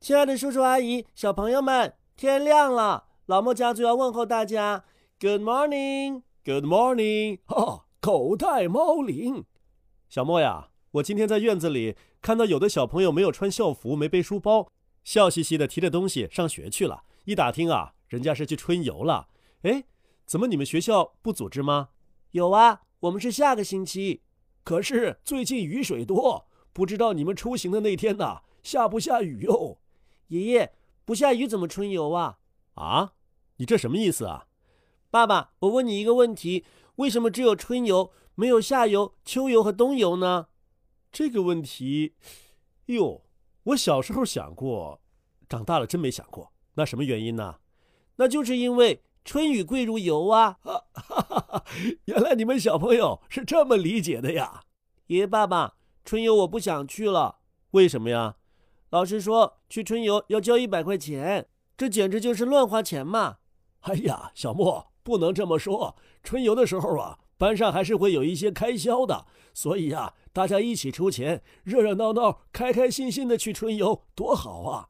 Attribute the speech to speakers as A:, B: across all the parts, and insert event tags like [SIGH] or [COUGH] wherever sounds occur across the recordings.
A: 亲爱的叔叔阿姨、小朋友们，天亮了，老莫家族要问候大家，Good morning，Good morning，
B: 哦，口袋猫铃。
A: 小莫呀，我今天在院子里看到有的小朋友没有穿校服，没背书包，笑嘻嘻的提着东西上学去了。一打听啊，人家是去春游了。哎，怎么你们学校不组织吗？
C: 有啊，我们是下个星期。
B: 可是最近雨水多，不知道你们出行的那天呐、啊，下不下雨哟、哦？
C: 爷爷，不下雨怎么春游啊？
A: 啊，你这什么意思啊？
C: 爸爸，我问你一个问题：为什么只有春游，没有夏游、秋游和冬游呢？
A: 这个问题，哟，我小时候想过，长大了真没想过。那什么原因呢？
C: 那就是因为春雨贵如油啊！
B: 啊哈
A: [LAUGHS]
B: 哈，原来你们小朋友是这么理解的呀！
C: 爷爷、爸爸，春游我不想去了。
A: 为什么呀？
C: 老师说去春游要交一百块钱，这简直就是乱花钱嘛！
B: 哎呀，小莫不能这么说。春游的时候啊，班上还是会有一些开销的，所以呀、啊，大家一起出钱，热热闹闹、开开心心的去春游，多好啊！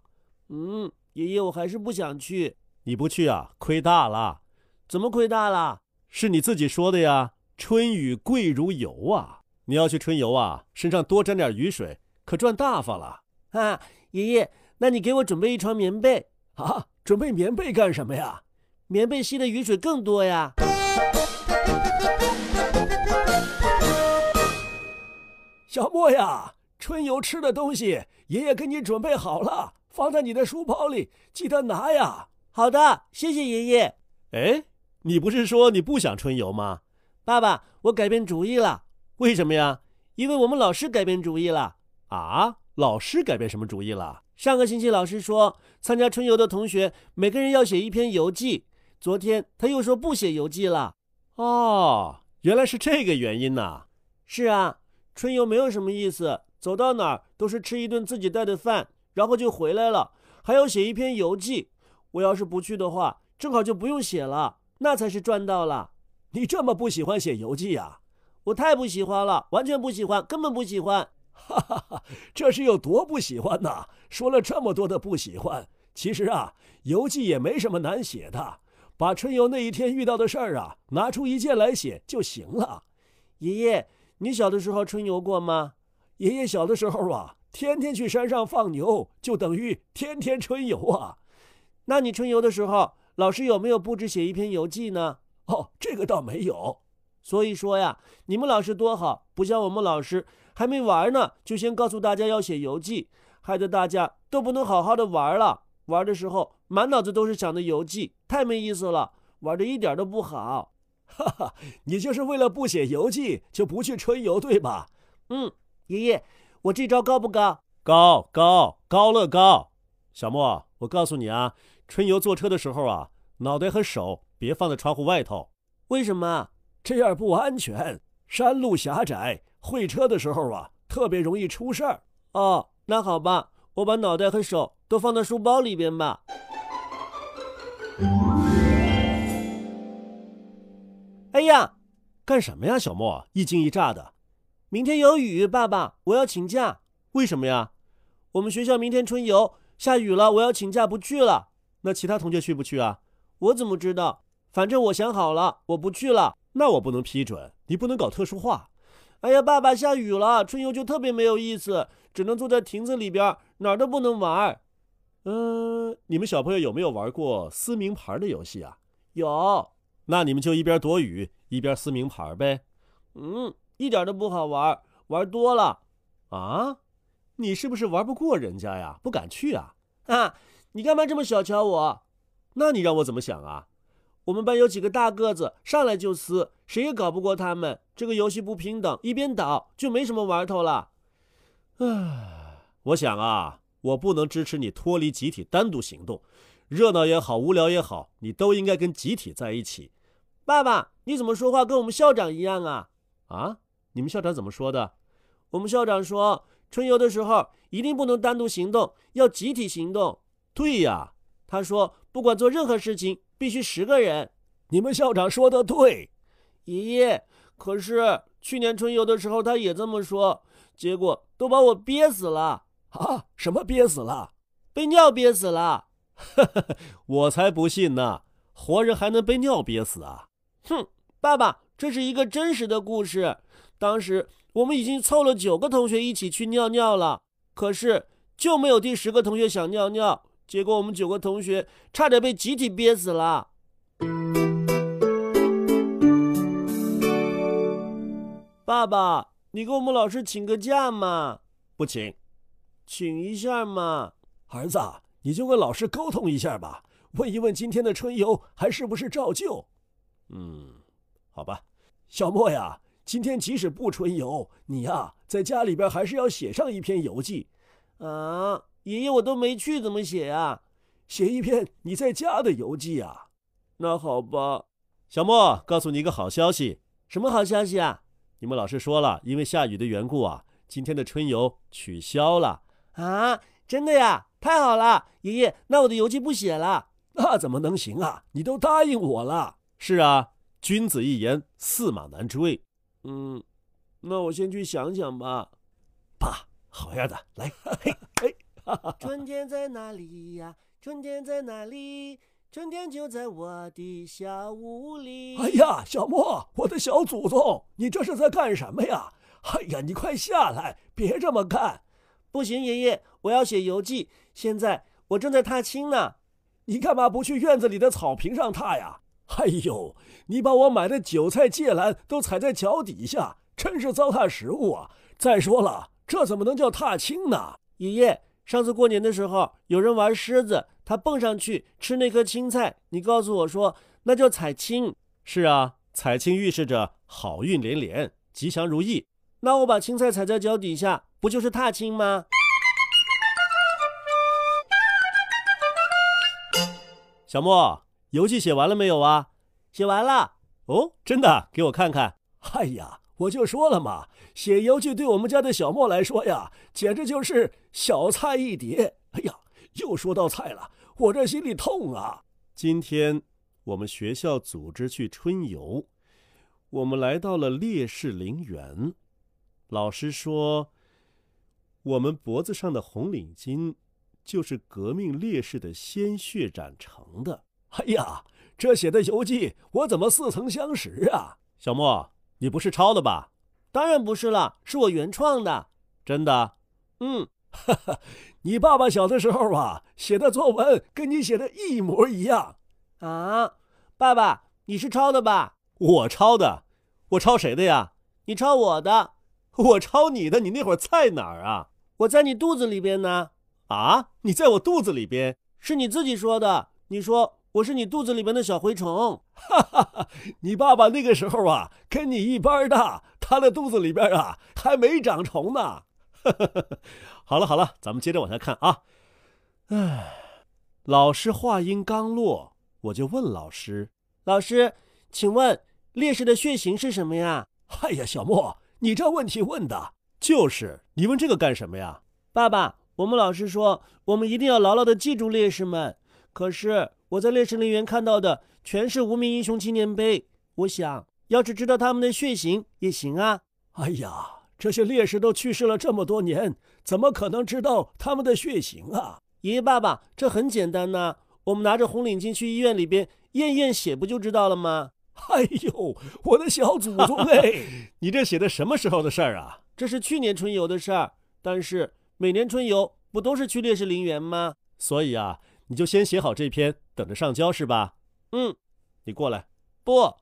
C: 嗯，爷爷，我还是不想去。
A: 你不去啊，亏大了。
C: 怎么亏大了？
A: 是你自己说的呀。春雨贵如油啊，你要去春游啊，身上多沾点雨水，可赚大发了。
C: 啊，爷爷，那你给我准备一床棉被
B: 啊！准备棉被干什么呀？
C: 棉被吸的雨水更多呀。
B: 小莫呀，春游吃的东西，爷爷给你准备好了，放在你的书包里，记得拿呀。
C: 好的，谢谢爷爷。
A: 哎，你不是说你不想春游吗？
C: 爸爸，我改变主意了。
A: 为什么呀？
C: 因为我们老师改变主意了。
A: 啊？老师改变什么主意了？
C: 上个星期老师说，参加春游的同学每个人要写一篇游记。昨天他又说不写游记了。
A: 哦，原来是这个原因呐、啊。
C: 是啊，春游没有什么意思，走到哪儿都是吃一顿自己带的饭，然后就回来了，还要写一篇游记。我要是不去的话，正好就不用写了，那才是赚到了。
B: 你这么不喜欢写游记呀、啊？
C: 我太不喜欢了，完全不喜欢，根本不喜欢。 [LAUGHS]
B: 哈哈哈，这是有多不喜欢呐！说了这么多的不喜欢，其实啊，游记也没什么难写的，把春游那一天遇到的事儿啊，拿出一件来写就行了。
C: 爷爷，你小的时候春游过吗？
B: 爷爷小的时候啊，天天去山上放牛，就等于天天春游啊。
C: 那你春游的时候，老师有没有布置写一篇游记呢？
B: 哦，这个倒没有。
C: 所以说呀，你们老师多好，不像我们老师。还没玩呢，就先告诉大家要写游记，害得大家都不能好好的玩了。玩的时候满脑子都是想着游记，太没意思了，玩的一点都不好。
B: 哈哈，你就是为了不写游记就不去春游，对吧？
C: 嗯，爷爷，我这招高不高？
A: 高高高乐高！小莫，我告诉你啊，春游坐车的时候啊，脑袋和手别放在窗户外头。
C: 为什么？
B: 这样不安全，山路狭窄。会车的时候啊，特别容易出事儿
C: 哦。那好吧，我把脑袋和手都放到书包里边吧。哎呀，
A: 干什么呀，小莫？一惊一乍的。
C: 明天有雨，爸爸，我要请假。
A: 为什么呀？
C: 我们学校明天春游，下雨了，我要请假不去了。
A: 那其他同学去不去啊？
C: 我怎么知道？反正我想好了，我不去了。
A: 那我不能批准，你不能搞特殊化。
C: 哎呀，爸爸，下雨了，春游就特别没有意思，只能坐在亭子里边，哪儿都不能玩。
A: 嗯、呃，你们小朋友有没有玩过撕名牌的游戏啊？
C: 有。
A: 那你们就一边躲雨一边撕名牌呗。
C: 嗯，一点都不好玩，玩多了。
A: 啊？你是不是玩不过人家呀？不敢去啊？
C: 啊，你干嘛这么小瞧我？
A: 那你让我怎么想啊？
C: 我们班有几个大个子，上来就撕，谁也搞不过他们。这个游戏不平等，一边倒就没什么玩头了。
A: 唉，我想啊，我不能支持你脱离集体单独行动，热闹也好，无聊也好，你都应该跟集体在一起。
C: 爸爸，你怎么说话跟我们校长一样啊？
A: 啊，你们校长怎么说的？
C: 我们校长说，春游的时候一定不能单独行动，要集体行动。
A: 对呀，
C: 他说，不管做任何事情。必须十个人，
B: 你们校长说的对，
C: 爷爷。可是去年春游的时候他也这么说，结果都把我憋死了
B: 啊！什么憋死了？
C: 被尿憋死了。 [LAUGHS]
A: 我才不信呢，活人还能被尿憋死啊！
C: 哼，爸爸，这是一个真实的故事。当时我们已经凑了九个同学一起去尿尿了，可是就没有第十个同学想尿尿，结果我们九个同学差点被集体憋死了。爸爸，你给我们老师请个假嘛？
A: 不请，
C: 请一下嘛。啊
B: 儿子，你就跟老师沟通一下吧，问一问今天的春游还是不是照旧。
A: 嗯，好吧。
B: 小莫呀，今天即使不春游，你呀、啊、在家里边还是要写上一篇游记。
C: 啊，爷爷，我都没去，怎么写啊？
B: 写一篇你在家的游记啊。
C: 那好吧。
A: 小莫，告诉你一个好消息。
C: 什么好消息啊？
A: 你们老师说了，因为下雨的缘故啊，今天的春游取消了。
C: 啊，真的呀？太好了，爷爷，那我的游记不写了。
B: 那怎么能行啊？你都答应我了。
A: 是啊，君子一言，驷马难追。
C: 嗯，那我先去想想吧。
B: 爸，好样的，来，
C: 嘿，哎，春天在哪里呀？春天在哪里？春天就在我的小屋里。
B: 哎呀，小莫，我的小祖宗，你这是在干什么呀？哎呀，你快下来，别这么干。
C: 不行，爷爷，我要写游记。现在我正在踏青呢，
B: 你干嘛不去院子里的草坪上踏呀？哎呦，你把我买的韭菜、芥兰都踩在脚底下，真是糟蹋食物啊！再说了，这怎么能叫踏青呢？
C: 爷爷，上次过年的时候，有人玩狮子，他蹦上去吃那颗青菜，你告诉我说那叫踩青。
A: 是啊，踩青预示着好运连连，吉祥如意。
C: 那我把青菜踩在脚底下，不就是踏青吗？
A: 小莫，游记写完了没有啊？
C: 写完了。
A: 哦，真的？给我看看。
B: 哎呀，我就说了嘛，写游记对我们家的小莫来说呀，简直就是小菜一碟。哎呀，又说到菜了，我这心里痛啊。
A: 今天我们学校组织去春游，我们来到了烈士陵园。老师说，我们脖子上的红领巾就是革命烈士的鲜血染成的。
B: 哎呀，这写的游记我怎么似曾相识啊？
A: 小莫，你不是抄的吧？
C: 当然不是了，是我原创的。
A: 真的？
C: 嗯，
B: 哈哈， [LAUGHS] 你爸爸小的时候啊，写的作文跟你写的一模一样
C: 啊。爸爸，你是抄的吧？
A: 我抄的，我抄谁的呀？
C: 你抄我
B: [LAUGHS]
C: 的。
A: 我抄你的，你那会儿在哪儿啊？
C: 我在你肚子里边呢。
A: 啊，你在我肚子里边，
C: 是你自己说的。你说我是你肚子里边的小蛔虫。
B: 哈哈哈！ [LAUGHS] 你爸爸那个时候啊，跟你一般大，他的肚子里边啊还没长虫呢。
A: 好了好了，咱们接着往下看啊。唉，老师话音刚落，我就问老师：“
C: 老师，请问烈士的血型是什么呀？”
B: 哎呀，小莫。你这问题问的
A: 就是，你问这个干什么呀？
C: 爸爸，我们老师说，我们一定要牢牢的记住烈士们。可是我在烈士陵园看到的全是无名英雄纪念碑，我想要是知道他们的血型也行啊。
B: 哎呀，这些烈士都去世了这么多年，怎么可能知道他们的血型啊？
C: 爷爷，爸爸，这很简单呐、啊，我们拿着红领巾去医院里边验验血，不就知道了吗？
B: 哎呦，我的小祖宗哎！
A: [LAUGHS] 你这写的什么时候的事儿啊？
C: 这是去年春游的事儿，但是每年春游不都是去烈士陵园吗？
A: 所以啊，你就先写好这篇，等着上交是吧？
C: 嗯，
A: 你过来。
C: 不，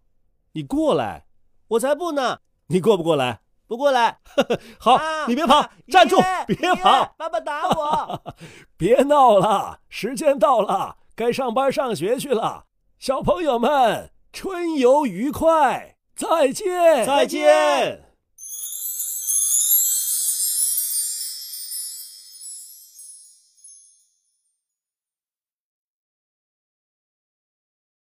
A: 你过来。
C: 我才不呢！
A: 你过不过来？
C: 不过来。
A: [LAUGHS] 好，啊、你别跑，啊、站住！别跑！
C: 爸爸打我！
B: 别闹了，时间到了，该上班上学去了，小朋友们。春游愉快，再见！
A: 再见。